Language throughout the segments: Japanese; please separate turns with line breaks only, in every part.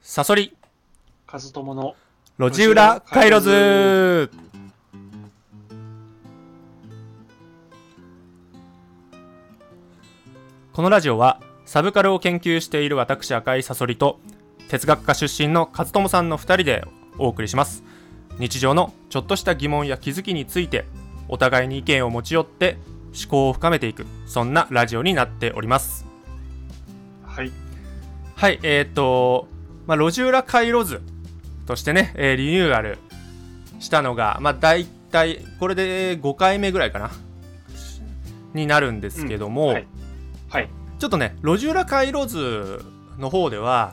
サソリ、
カズトモの
路地裏カイロズ。このラジオは、サブカルを研究している私赤井サソリと、哲学科出身の和友さんの2人でお送りします。日常のちょっとした疑問や気づきについて、お互いに意見を持ち寄って、思考を深めていく、そんなラジオになっております。
はい
はい、えーっと、まあ、路地裏回路図としてね、えーリニューアルしたのが、まあ、大体、これで5回目ぐらいかな、になるんですけども、
うんはいはい
ちょっとね、路地裏回路図の方では、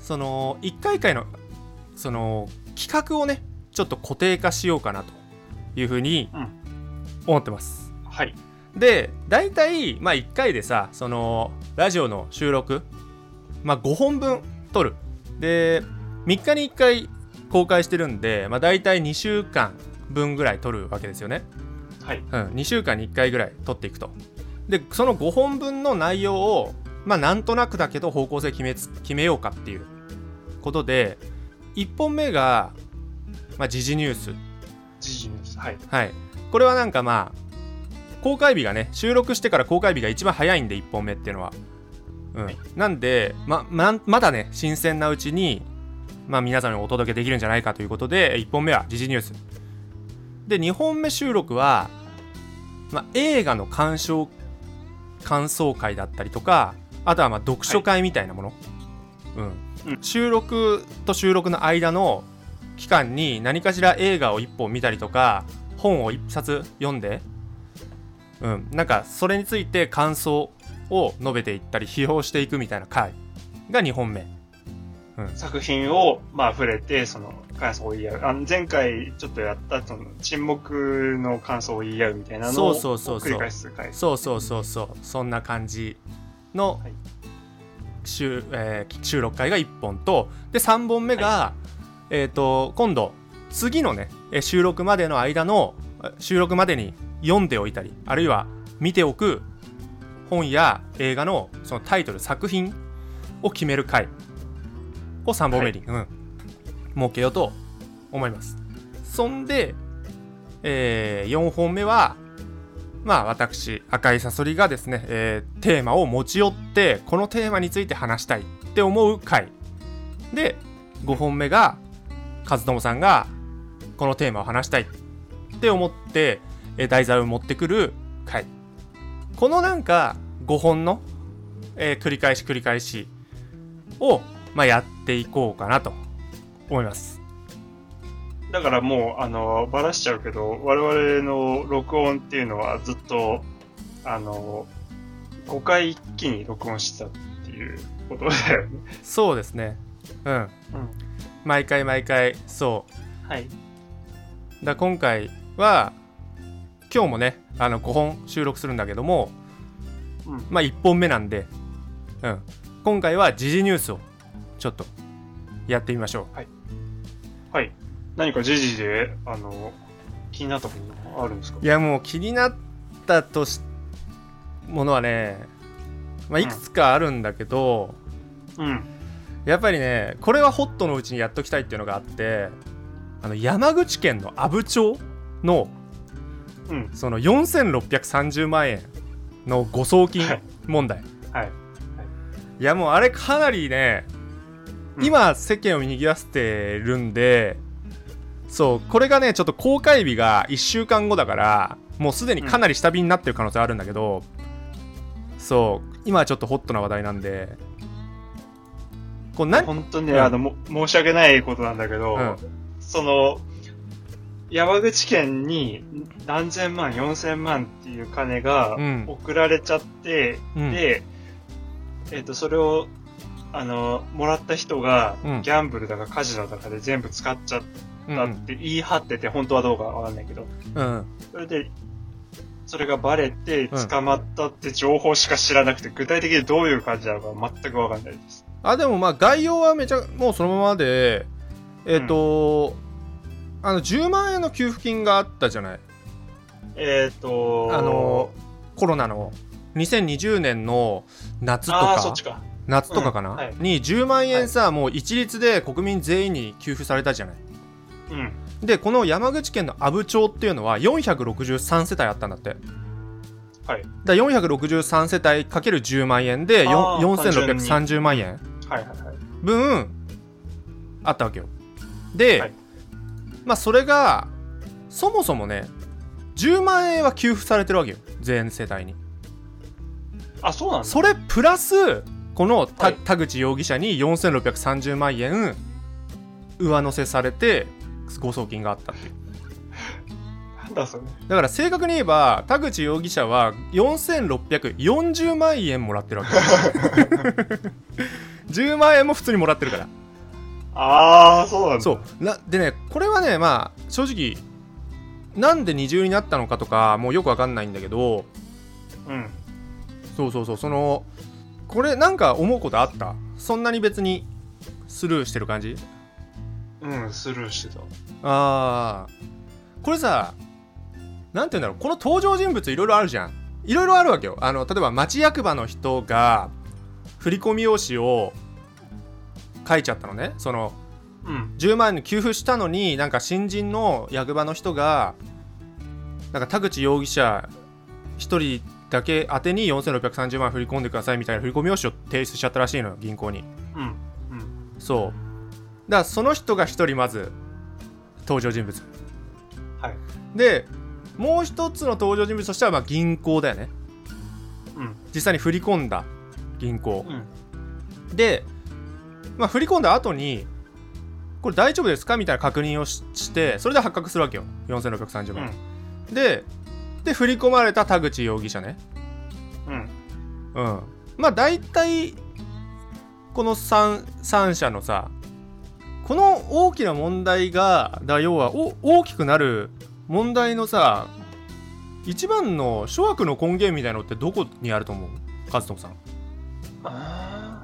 その、1回1回の、その、企画をね、ちょっと固定化しようかなというふうに
うん
思ってます。
はい
で大体、まあ、1回でさそのラジオの収録、まあ、5本分撮るで3日に1回公開してるんで、まあ、大体2週間分ぐらい撮るわけですよね、
はい
うん、2週間に1回ぐらい撮っていくとでその5本分の内容をまあなんとなくだけど方向性決めつ決めようかっていうことで1本目が、まあ、時事ニュース
時事ニュースはい
はい、これはなんかまあ公開日がね収録してから公開日が一番早いんで1本目っていうのは、うん
はい、
なんでまままだね新鮮なうちに、まあ、皆さんにお届けできるんじゃないかということで1本目は時事ニュースで2本目収録は、まあ、映画の鑑賞感想会だったりとかあとはまあ読書会みたいなもの、うん
うん
収録と収録の間の期間に何かしら映画を1本見たりとか本を1冊読んで、うん、なんかそれについて感想を述べていったり批評していくみたいな回が2本目
作品をまあ触れてその感想を言い合うあの前回ちょっとやったその沈黙の感想を言い合うみたいなのを
そうそうそうそう
繰り返す回
そうそうそうそうそんな感じの
はい
収,、えー収録回が1本とで3本目が、えっ、と今度次のねえー収録までの間のえー収録までに読んでおいたりあるいは見ておく本や映画のそのタイトル作品を決める回を3本目に、うん、設けようと思います。そんで、え4本目はまあ私赤いサソリがですね、えーテーマを持ち寄ってこのテーマについて話したいって思う回で5本目が和友さんがこのテーマを話したいって思って、えー題材を持ってくる回このなんか5本の、えー繰り返し繰り返しを、まあ、やっていこうかなと思います
だからもうあのバラしちゃうけど我々の録音っていうのはずっとあの5回一気に録音してたっていうことだよね、
そうですねうん
うん、
毎回毎回そう
はい
だから今回は今日もねあの5本収録するんだけども、
うん
まあ1本目なんで、うん、今回は時事ニュースをちょっとやってみましょ
はい。何か時事で、あの、気になったことあるんですか
ういやもう気になったとしものはね、まあ、
うん
いくつかあるんだけど、
うん。
やっぱりねこれはホットのうちにやっときたいっていうのがあってあの山口県の阿武町の
うん。
その4630万円の誤送金
はい
問題
はい。
いやもうあれかなりね、
うん
今世間を賑わせてるんでそうこれがねちょっと公開日が1週間後だからもうすでにかなり下火になってる可能性あるんだけど、そう今はちょっとホットな話題なんでこう何
本当にね、
うん
あの、も申し訳ないことなんだけど、
うん
その、山口県に何千万、四千万っていう金が
うん
送られちゃって、
うん
で、えっ、と、それを、あの、もらった人が、
うん
ギャンブルだかカジノだかで全部使っちゃっ
うん
たって言い張ってて、本当はどうかわかんないけど、
うん
それで、それがバレて、捕まったって情報しか知らなくて、具体的にどういう感じなのか全くわかんないです。
あでもまあ概要はめちゃもうそのままでえっ、と、あの10万円の給付金があったじゃない
えっ、ー、と
あのコロナの2020年の夏と
あ
か
あー、そっちか。
夏とかかな、
うんはい
に10万円さ、もう一律で国民全員に給付されたじゃない
うん。
でこの山口県の阿武町っていうのは463世帯あったんだって
はい。
だから463世帯かける10万円で
あー
よん4630万円
はいはいはい。
分あったわけよで、
はい
まあそれがそもそもね10万円は給付されてるわけよ全世帯に
あ、そうなんだ。
それプラスこのた、
はい
田口容疑者に4630万円上乗せされて誤送金があったっていう
なんだそれ。
だから正確に言えば田口容疑者は4640万円もらってるわ け10万円も普通にもらってるから
ああ、そうなんだ。
そうなでねこれはねまあ正直なんで二重になったのかとかもうよくわかんないんだけど
うん。
そうそうそうそのこれなんか思うことあったそんなに別にスルーしてる感じ
うん、スルーしてた。
あーこれさなんて言うんだろうこの登場人物いろいろあるじゃんいろいろあるわけよあの例えば町役場の人が振り込み用紙を書いちゃったのねその
うん。
10万円給付したのになんか新人の役場の人がなんか田口容疑者1人だけ宛てに4630万振り込んでくださいみたいな振り込み用紙を提出しちゃったらしいのよ銀行に
うん。うん。
そうだからその人が1人まず登場人物
はい。
でもう一つの登場人物としてはまあ銀行だよね
うん。
実際に振り込んだ銀行
うん。
で、まあ、振り込んだ後にこれ大丈夫ですかみたいな確認をししてそれで発覚するわけよ4630万、でで振り込まれた田口容疑者ね
うん。
うんまあ大体この 3, 3社のさこの大きな問題がだ要はお大きくなる問題のさ一番の諸悪の根源みたいなのってどこにあると思う和友さん
あ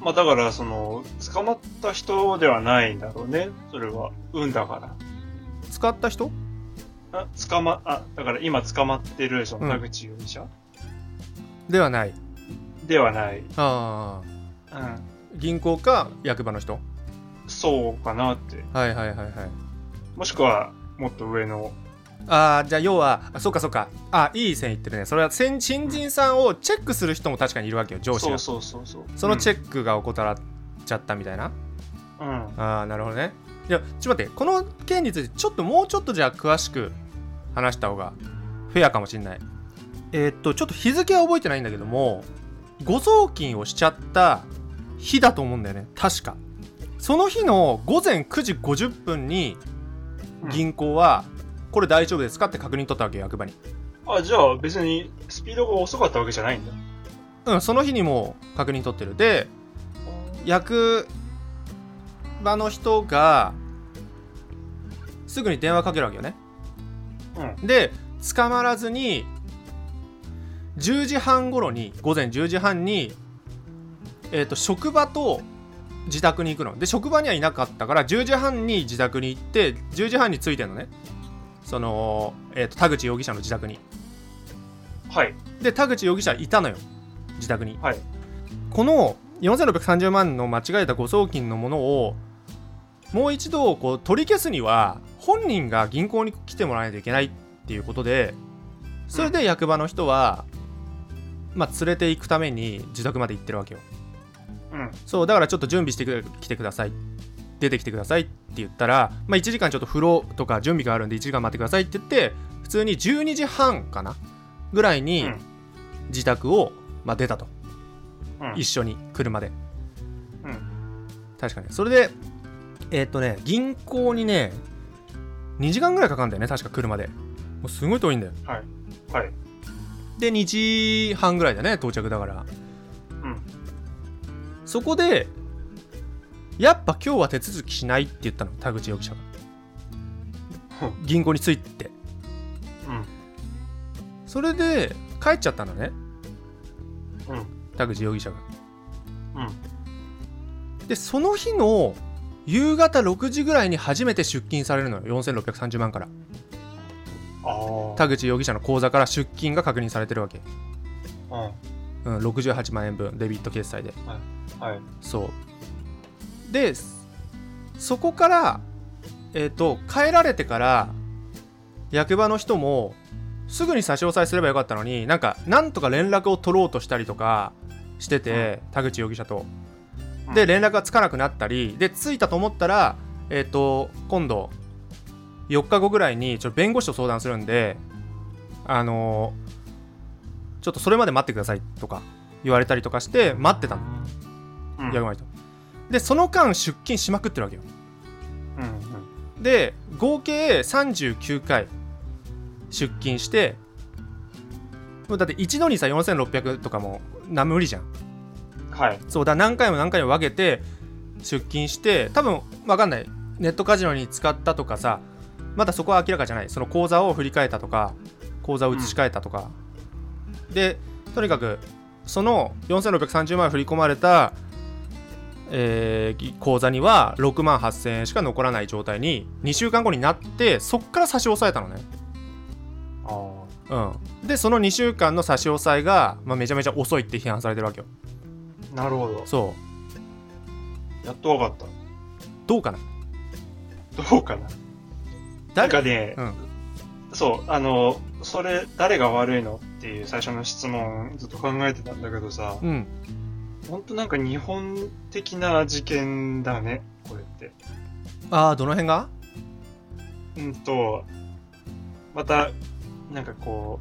ーまあだから、その、捕まった人ではないんだろうね。それは。運だから。
使った人
あ、捕ま、あ、だから今捕まってる、その
うん
田口容疑者、
ではない
ではない。うん。
ああ銀行か役場の人
そうかなって。
はいはいはいはい
もしくは、もっと上の。
ああじゃあ要はあそうかそうかあいい線いってるねそれは先新人さんをチェックする人も確かにいるわけよ上司
そ
が
うそうそうそう。
そのチ
ェッ
ェックが怠らちゃったみたいな、
ク。うん。
ああなるほどねじゃちょっと待ってこの件についてちょっともうちょっとじゃあ詳しく話した方がフェアかもしんないえーっとちょっと日付は覚えてないんだけども誤送金をしちゃった日だと思うんだよね確かその日の午前9時50分に
うん
銀行は、これ大丈夫ですかって確認取ったわけよ役場に
あ、じゃあ別に、スピードが遅かったわけじゃないんだ。
うんその日にもう確認取ってるで役場の人がすぐに電話かけるわけよね
うん。
で捕まらずに10時半頃に午前10時半に、えー、と職場と自宅に行くので職場にはいなかったから10時半に自宅に行って10時半に着いてんのねその、えー、と田口容疑者の自宅に
はい。
で田口容疑者いたのよ自宅に、
はい
この4630万の間違えた誤送金のものをもう一度こう取り消すには本人が銀行に来てもらわないといけないっていうことでそれで役場の人は、まあ、連れて行くために自宅まで行ってるわけよ
うん。
そうだからちょっと準備してく来てください出てきてくださいって言ったら、まあ、1時間ちょっと風呂とか準備があるんで1時間待ってくださいって言って普通に12時半かなぐらいに
うん
自宅を、まあ、出たと、
うん
一緒に車で、
うん
確かにそれでえーっとね銀行にね2時間ぐらいかかるんだよね確か車でもうすごい遠いんだよ
はい。はい。
で2時半ぐらいだね到着だから
うん。
そこでやっぱ今日は手続きしないって言ったの田口容疑者が
ほう
銀行に着いてそれで帰っちゃったのね
うん。
田口容疑者が
うん。うん。
でその日の夕方6時ぐらいに初めて出金されるのよ4630万から
ああ。
田口容疑者の口座から出金が確認されてるわけ
うん。
うん、68万円分デビット決済で
はい。
そうでそこからえっ、と帰られてから役場の人もすぐに差し押さえすればよかったのになんかなんとか連絡を取ろうとしたりとかしてて、田口容疑者と
うん
で連絡がつかなくなったりでついたと思ったらえっ、と今度4日後ぐらいにちょっと弁護士と相談するんであのーちょっとそれまで待ってくださいとか言われたりとかして待ってたの
うん。
役割とでその間出勤しまくってるわけよ
うんうん。
で合計39回出勤してもうだって一度にさ4600とかもな無理じゃん
はい。
そうだ何回も何回も分けて出勤して多分分かんないネットカジノに使ったとかさまだそこは明らかじゃないその口座を振り替えたとか口座を移し替えたとか、でとにかくその4630万振り込まれた、えーぎ口座には6万8000円しか残らない状態に2週間後になってそっから差し押さえたのね
ああ。
うんでその2週間の差し押さえが、まあ、めちゃめちゃ遅いって批判されてるわけよ
なるほど。
そ
やっとわかっ
うどうかな
た。どうかな。なんかね、
うん
そう、あの、それ、誰が悪いのっていう最初の質問ずっと考えてたんだけどさ、
うん
ほんとなんか日本的な事件だね、これって。
ああどの辺が
うんと、また、なんかこ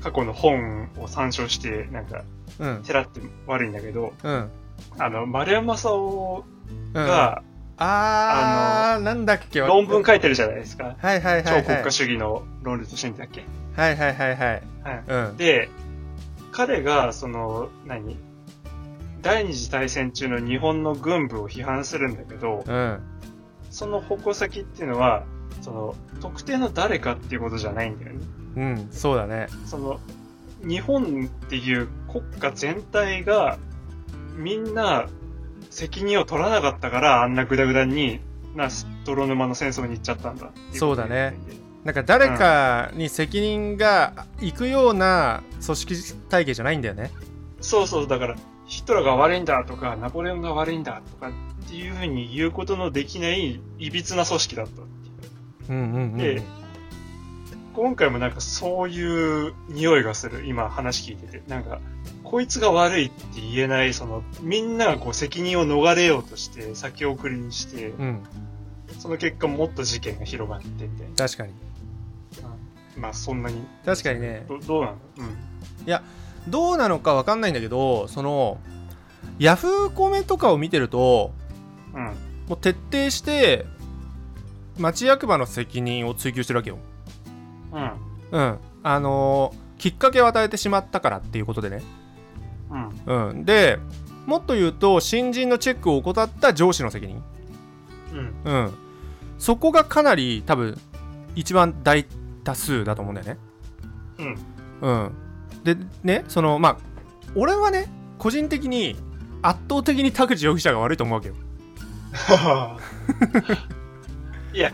う、過去の本を参照して、なんか、
うん
てらって悪いんだけど、
うん
あの、丸山正夫
うんあ
が
あーなんだっけ
論文書いてるじゃないですか。
はいはいは
超
いは
国
い
家主義の論理としてんだっけ。
はいはいはいはい
はい。
うん
で、彼が、その、何第二次大戦中の日本の軍部を批判するんだけど、
うん
その矛先っていうのは、その、特定の誰かっていうことじゃないんだよね。
うんそうだね
その、日本っていう国家全体が、みんな責任を取らなかったから、あんなグダグダに、な、泥沼の戦争に行っちゃったんだっていこと
そうだね。なんか誰かに責任が行くような組織体系じゃないんだよね
そうそう、だから、ヒトラーが悪いんだとか、ナポレオンが悪いんだとかっていうふうに言うことのできない、いびつな組織だったってい
う
う。
んうんうん、
で今回もなんかそういう匂いがする、今話聞いてて。なんか、こいつが悪いって言えない、その、みんながこう責任を逃れようとして、先送りにして、
うん
その結果もっと事件が広がってて。
確かに
まあそんなに。
確かにね
どどうなのうん。
どうなのかわかんないんだけどそのヤフーコメとかを見てると
うん。
もう徹底して町役場の責任を追及してるわけよ
うん。
うん、あのーきっかけを与えてしまったからっていうことでね、
うん。
うん、でもっと言うと新人のチェックを怠った上司の責任、
うん。
うん、そこがかなり多分一番大多数だと思うんだよね、
うん。
うん、でねそのまあ俺はね個人的に圧倒的に田口容疑者が悪いと思うわけよ、
はあ いや、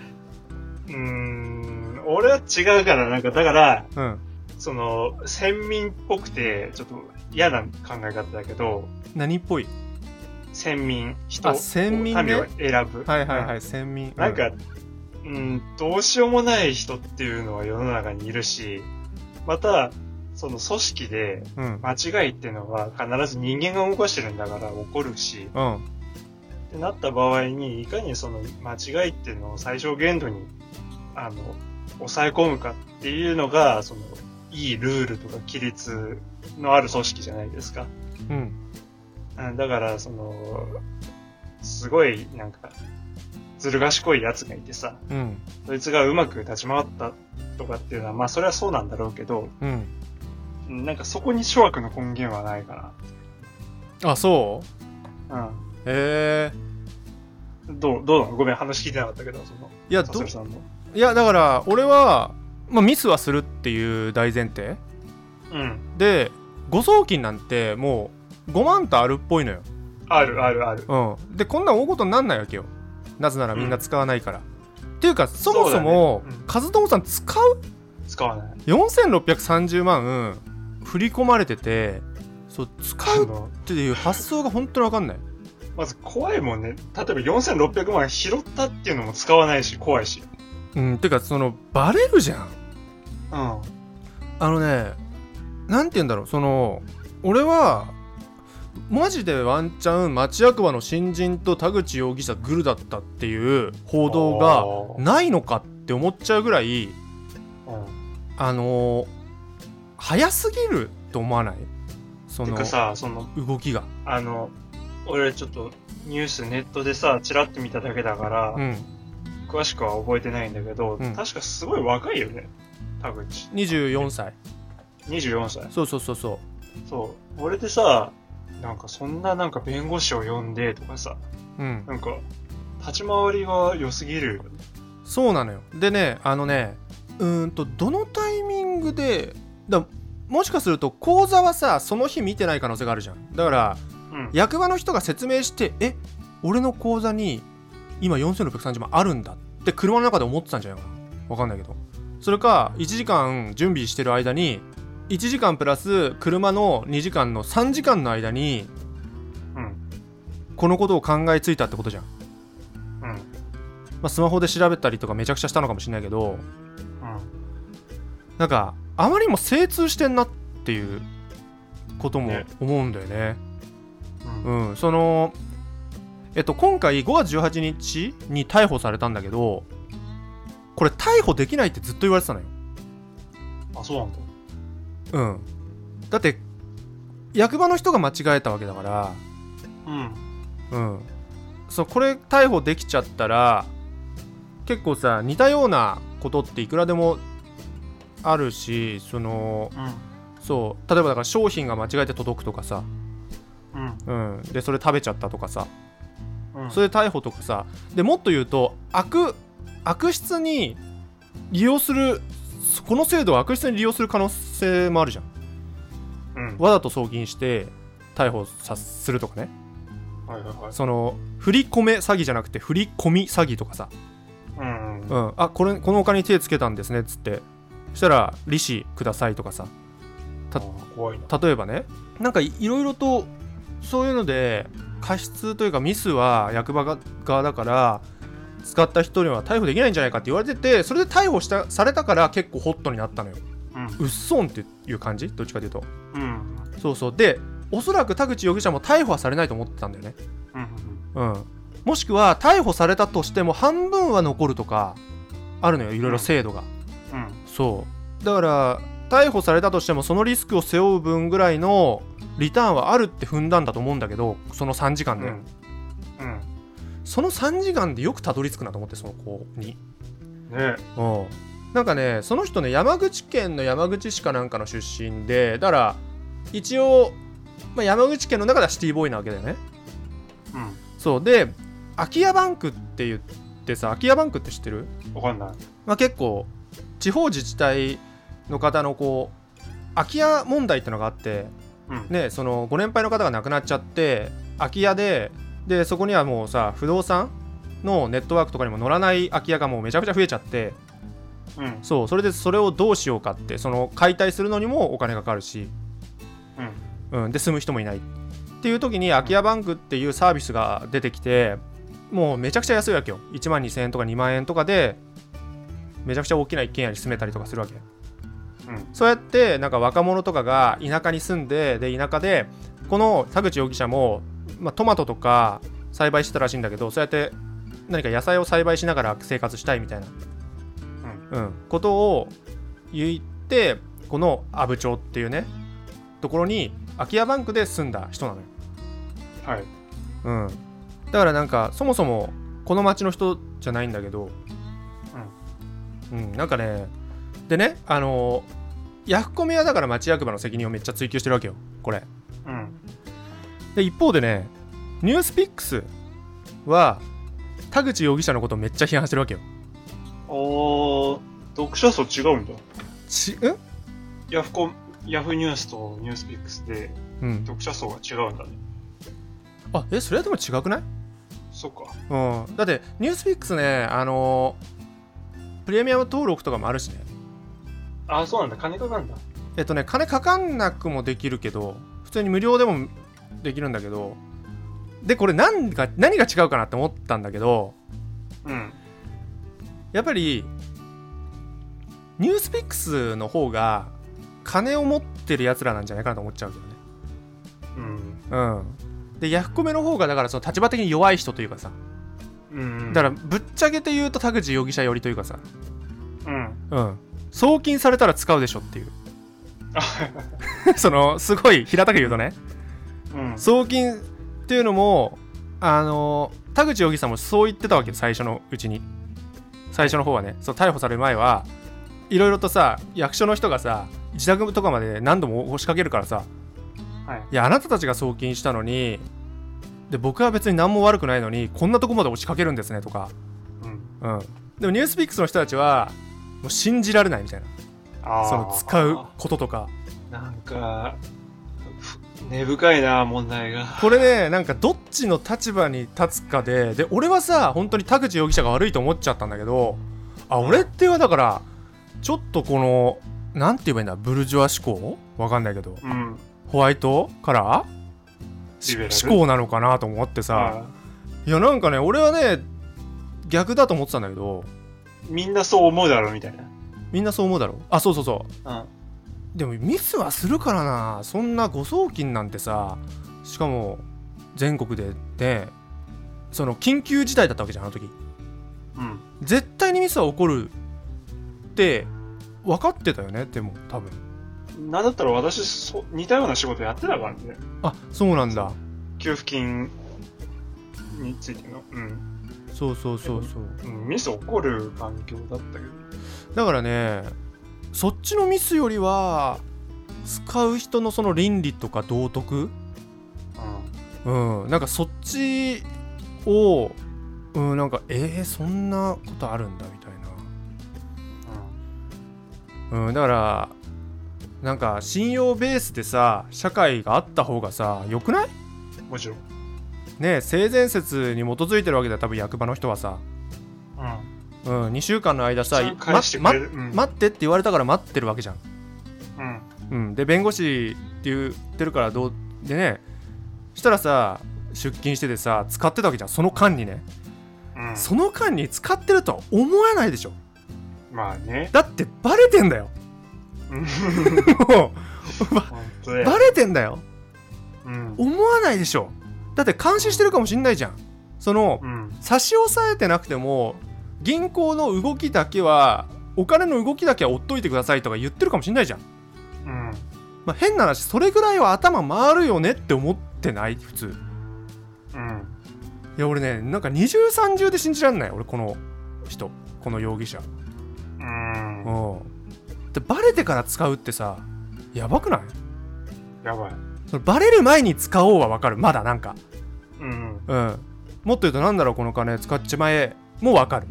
うーん、俺は違うから、なんか、だから、
うん、
その、先民っぽくて、ちょっと嫌な考え方だけど、
何っぽい
先民、人、
あ先民ね
民を選ぶ。
はいはいはい、
い。
先民
なんか、うん、どうしようもない人っていうのは世の中にいるし、また、その組織で
うん
間違いっていうのは必ず人間が動かしてるんだから起こるし、
うん
ってなった場合にいかにその間違いっていうのを最小限度にあの抑え込むかっていうのがそのいいルールとか規律のある組織じゃないですか。
うん
うんだからそのすごいなんかずる賢いやつがいてさ
うん
そいつがうまく立ち回ったとかっていうのはまあそれはそうなんだろうけど
うん
うんなんかそこに諸悪の根源はないか
あそう
な。
へえ
うん、どうどうなのごめん話聞いてなかったけどその
いや
サ
ど
セルさんの。
いやだから俺は、まあ、ミスはするっていう大前提
うん
で誤送金なんてもう5万とあるっぽいのよ、
あるあるある。
うん、でこんなん大ごとになんないわけよなぜならみんな使わないから、っていうかそもそも、
そうだねうん
和友さん使う
使わない。
4630万振り込まれててそう使うっていう発想が本当に分かんない
まず怖いもんね。例えば4600万拾ったっていうのも使わないし、怖いし。
うんてかそのバレるじゃん
うん。
あのねなんて言うんだろうその俺はマジでワンチャン町役場の新人と田口容疑者グルだったっていう報道がないのかって思っちゃうぐらい
が、うん
あのー早すぎると思わないそ
て
の
かさ、その、
動きが
あの、俺ちょっとニュースネットでさ、チラッと見ただけだから、
うん
詳しくは覚えてないんだけど、
うん
確かすごい若いよね。田口。
24歳
24歳。
そうそうそうそ
そう。俺でさ、なんかそんななんか弁護士を呼んでとかさ、
ううん
なんか、立ち回りが良すぎるよね。
そうなのよでねあのねうーんとどのタイミングでだもしかすると講座はさその日見てない可能性があるじゃんだから
うん。
役場の人が説明してえ俺の口座に今4630万あるんだって車の中で思ってたんじゃないかなわかんないけどそれか1時間準備してる間に1時間プラス車の2時間の3時間の間に
うん。
このことを考えついたってことじゃん、
うん。
まあ、スマホで調べたりとかめちゃくちゃしたのかもしれないけど
うん。
なんかあまりにも精通してんなっていうことも
ね
思うんだよね
うん。
うんそのえっと今回5月18日に逮捕されたんだけどこれ逮捕できないってずっと言われてたのよ
あ、そうなんだ。
うんだって役場の人が間違えたわけだか
うん。
らうんそうこれ逮捕できちゃったら結構さ似たようなことっていくらでもあるしその
う
そう例えばだから商品が間違えて届くとかさ
ん。
うん、でそれ食べちゃったとかさ
うん。うん。
それ逮捕とかさでもっと言うと悪悪質に利用するこの制度を悪質に利用する可能性もあるじゃん
うん。は
わざと送金して逮捕さするとかね
いはいはい。
その振り込め詐欺じゃなくて振り込み詐欺とかさ、
うん。
う
うん
ん、あこれこのお金に手つけたんですねっつってそしたら利子くださいとかさた
あー怖いな。
例えばねなんかいいろいろとそういうので過失というかミスは役場が側だから使った人には逮捕できないんじゃないかって言われててそれで逮捕したされたから結構ホットになったのようっそんっていう感じどっちかというと
うん。うん。
そうそうでおそらく田口容疑者も逮捕はされないと思ってたんだよね
うん。
うんもしくは逮捕されたとしても半分は残るとかあるのよいろいろ制度が、
うん。
そうだから逮捕されたとしてもそのリスクを背負う分ぐらいのリターンはあるって踏んだんだと思うんだけどその3時間で、
うん。うん。
その3時間でよくたどり着くなと思ってその子に
ね
うんなんかねその人ね山口県の山口市かなんかの出身でだから一応、まあ、山口県の中ではシティボーイなわけだよね
う
そうで空き家バンクって言ってさ空き家バンクって知ってる
ん。わかんない。
まあ、結構地方自治体の方のこう空き家問題ってのがあって、
うん。
ね、そのご年配の方が亡くなっちゃって空き家ででそこにはもうさ不動産のネットワークとかにも乗らない空き家がもうめちゃくちゃ増えちゃって
うん。
そうそれでそれをどうしようかってその解体するのにもお金がかかるし、うん、で住む人もいないっていう時に空き家バンクっていうサービスが出てきてもうめちゃくちゃ安いわけよ1万2000円とか2万円とかでめちゃくちゃ大きな一軒家に住めたりとかするわけ
うん。
そうやってなんか若者とかが田舎に住んでで田舎でこの田口容疑者も、まあ、トマトとか栽培してたらしいんだけどそうやって何か野菜を栽培しながら生活したいみたいな、うん、ことを言ってこの阿武町っていうねところに空き家バンクで住んだ人なのよ。
はい。
うん、だからなんかそもそもこの町の人じゃないんだけど、うんなんかねでねあのーヤフコメはだから町役場の責任をめっちゃ追求してるわけよこれ
うん。
で一方でねニュースピックスは田口容疑者のことをめっちゃ批判してるわけよ
おー、読者層違うんだ。
ちうん
ヤフコ、ヤフニュースとニュースピックスで
うん、
読者層が違うんだね。
あえそれはでも違くない、
そっか。
うん、だってニュースピックスねあのープレミアム登録とかもあるしね
あー、そうなんだ。金かかんだ。
えっとね金かかんなくもできるけど普通に無料でもできるんだけどでこれ何が何が違うかなって思ったんだけど
うん。
やっぱりニュースピックスの方が金を持ってるやつらなんじゃないかなと思っちゃうけどね
うん。
うんでヤフコメの方がだからその立場的に弱い人というかさ
うん。
だからぶっちゃけて言うと田口容疑者寄りというかさ
ら、うん。
うん送金されたら使うでしょ っていうそのすごい平たく言うとね
うん。
送金っていうのもあの田口容疑者もそう言ってたわけ最初のうちに最初の方はねそう逮捕される前はいろいろとさ役所の人がさ自宅とかまで何度も押しかけるからさ
はい。
いやあなたたちが送金したのにで僕は別に何も悪くないのにこんなとこまで押しかけるんですねとか、
うん。
うん、でもニュースピックスの人たちはもう信じられないみたいな
あー
その使うこととか
なんか、ふ根深いな、問題が。
これねなんかどっちの立場に立つかでで俺はさ本当に田口容疑者が悪いと思っちゃったんだけどあ俺ってはだからちょっとこのなんて言えばいいんだブルジョア思考わかんないけど
うん。
ホワイトから
リベラル
思考なのかなと思ってさ
あ
いやなんかね俺はね逆だと思ってたんだけど
ーみんなそう思うだろう、みたい
みんなそう思うだろあそうそうそう
な。
でもミスはするからなそんな誤送金なんてさしかも全国でねその緊急事態だったわけじゃんあの時
うん。うん。
絶対にミスは起こるって分かってたよねでも多分
なんだったら私そ、似たような仕事やってたからね。
あそうなんだ
給付金についての。うん。
そうそうそうそう
うん、ミス起こる環境だったけど。
だからねそっちのミスよりは使う人のその倫理とか道徳うんなんかそっちをうんなんかえー、そんなことあるんだみたいなうんだからなんか信用ベースでさ社会があった方がさ良くない
うん。もちろん。
ね性善説に基づいてるわけだよ多分役場の人はさ、
うん。
うん、2週間の間さ
ちゃんと
ま
返してくれ
ま
る。うん。
待ってって言われたから待ってるわけじゃん、
う
う
ん。
ん、で弁護士って言ってるからどうでねしたらさ出勤しててさ使ってたわけじゃんその間にね、
うん。
その間に使ってるとは思えないでしょ
まあ ね。
だってバレてんだよ
うん。
も
本当だ
う
よ。
バレてんだよ
うん。
思わないでしょだって監視してるかもしんないじゃんその、
うん。
差し押さえてなくても銀行の動きだけはお金の動きだけは追っといてくださいとか言ってるかもしれないじゃん、
うん。
まあ、変な話それぐらいは頭回るよねって思ってない普通
うん。
いや俺ねなんか二重三重で信じらんない俺この人この容疑者
うん。
うんでバレてから使うってさやばくない
やばい。
そのバレる前に使おうはわかるまだなんか
うん。
うんもっと言うとなんだろうこの金使っちまえもわかる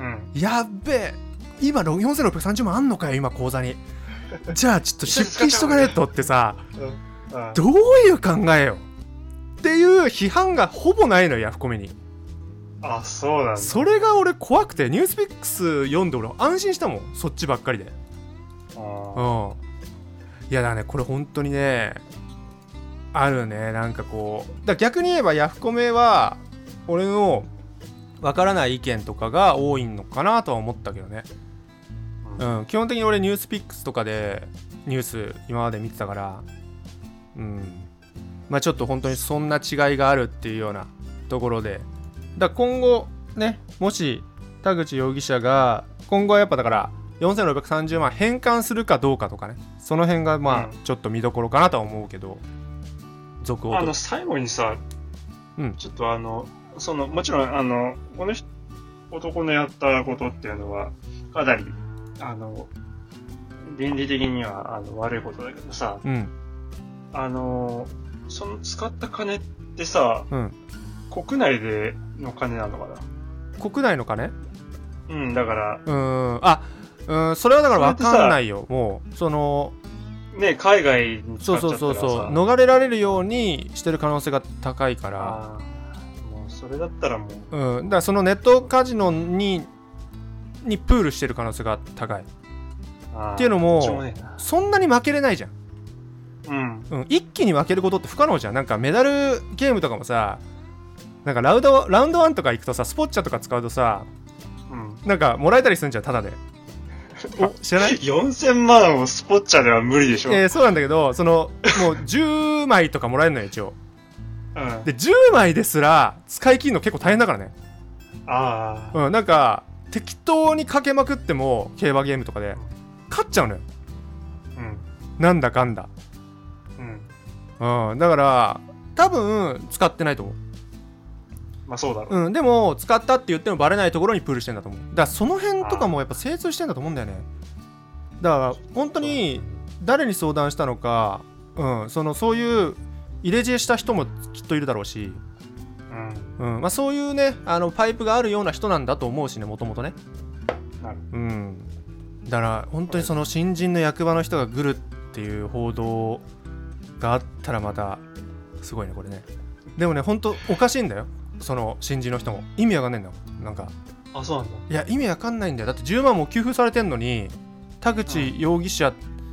うん。
やっべえ今ろ4630万あんのかよ今口座にじゃあちょっと出勤しとかねえとってさ
あ
どういう考えよっていう批判がほぼないのよヤフコメに
あ、そうなんだ。
それが俺怖くてニュースピックス読んで俺安心したもんそっちばっかりでうん
あ
いやだからねこれ本当にねあるねなんかこうだから逆に言えばヤフコメは俺のわからない意見とかが多いのかなとは思ったけどねうん、基本的に俺ニュースピックスとかでニュース今まで見てたからうんまあちょっと本当にそんな違いがあるっていうようなところでだから今後ねもし田口容疑者が今後はやっぱだから4630万返還するかどうかとかねその辺がまあ
うん
ちょっと見どころかなとは思うけど続報
あ
と
の、最後にさ、
うん
ちょっとあの、その、もちろん、あの、この人男のやったことっていうのは、かなり、あの、倫理的にはあの悪いことだけどさ、
うん
あの、その使った金ってさ、
うん
国内での金なのか
国内の金
なうん、だから、
うーんあうんそれはだから分かんないよもうその
ね、海外に使
そ
っ
う
ち
そ
ゃった
う
らさ、
そうそう逃れられるようにしてる可能性が高いから、
あーもうそれだったらもう、
うん、だからそのネットカジノににプールしてる可能性が高い
あー
っていうのも
しょうがねえな
そんなに負けれないじゃん
うん、
うん、一気に分けることって不可能じゃんなんかメダルゲームとかもさなんかラウドラウンド1とか行くとさスポッチャとか使うとさ
うん。
なんかもらえたりするんじゃんただでお知らない
?4000 万をスポッチャでは無理でしょ。
えーそうなんだけどそのもう10枚とかもらえるのよ一応
うん。
で10枚ですら使い切るの結構大変だからね
ああ。
うんなんか適当にかけまくっても競馬ゲームとかで勝っちゃうのよ
うん。
なんだかんだ
うん。
うんだから多分使ってないと思う
まあそうだろう。
うん、でも使ったって言ってもバレないところにプールしてんだと思うだからその辺とかもやっぱ精通してんだと思うんだよねだから本当に誰に相談したのか、うん、そのそういう入れ知恵した人もきっといるだろうし、
うん。
うんまあ、そういうねあのパイプがあるような人なんだと思うしねもともとね
なる
うんだから本当にその新人の役場の人が来るっていう報道があったらまたすごいねこれねでもね本当おかしいんだよその新人の人も意味わかんないんだもんなんか
あ、そうなんだ。
いや意味わかんないんだよだって10万も給付されてんのに田口容疑者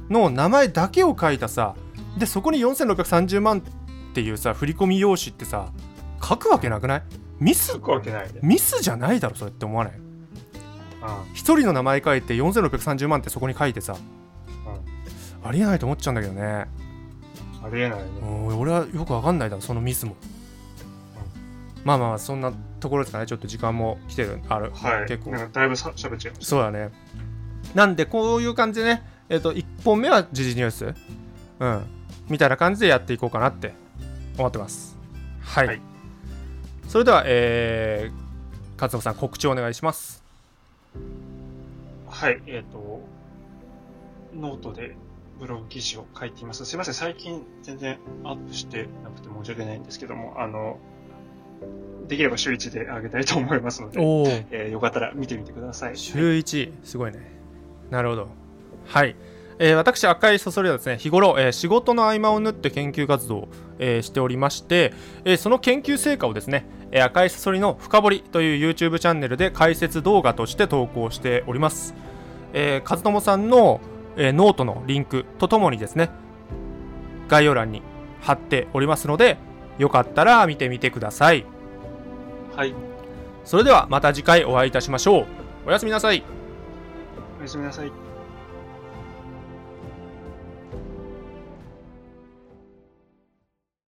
の名前だけを書いたさでそこに4630万っていうさ振込用紙ってさ書くわけなくないミス
つくわけないで。
ミスじゃないだろそれって思わない
うん。
一人の名前書いて4630万ってそこに書いてさ、ありえないと思っちゃうんだけどね、
ありえないね。
うん、俺はよくわかんないだろそのミスも、まあまあまあそんなところですかねちょっと時間も来てるある、
はい。
結構
なんかだいぶさ喋っちゃいまし
そうだねなんでこういう感じでねえっ、と1本目は時事ニュースうんみたいな感じでやっていこうかなって思ってますはい、
はい
それではえー、勝野さん告知をお願いします
た。はい。えっ、と、ノートでブログ記事を書いています。すいません。最近全然アップしてなくて申し訳ないんですけども、あの、できれば週一であげたいと思いますので、
おお
えーよかったら見てみてください。
週1すごいねなるほどはい、えー私赤いそそりはですね日頃、えー仕事の合間を縫って研究活動を、えーしておりまして、えーその研究成果をですね、えー赤いそそりの深掘りという YouTube チャンネルで解説動画として投稿しております、えー、和友さんの、えーノートのリンクとともにですね概要欄に貼っておりますのでよかったら見てみてください
はい。
それではまた次回お会いいたしましょうおやすみなさい
おやすみなさい。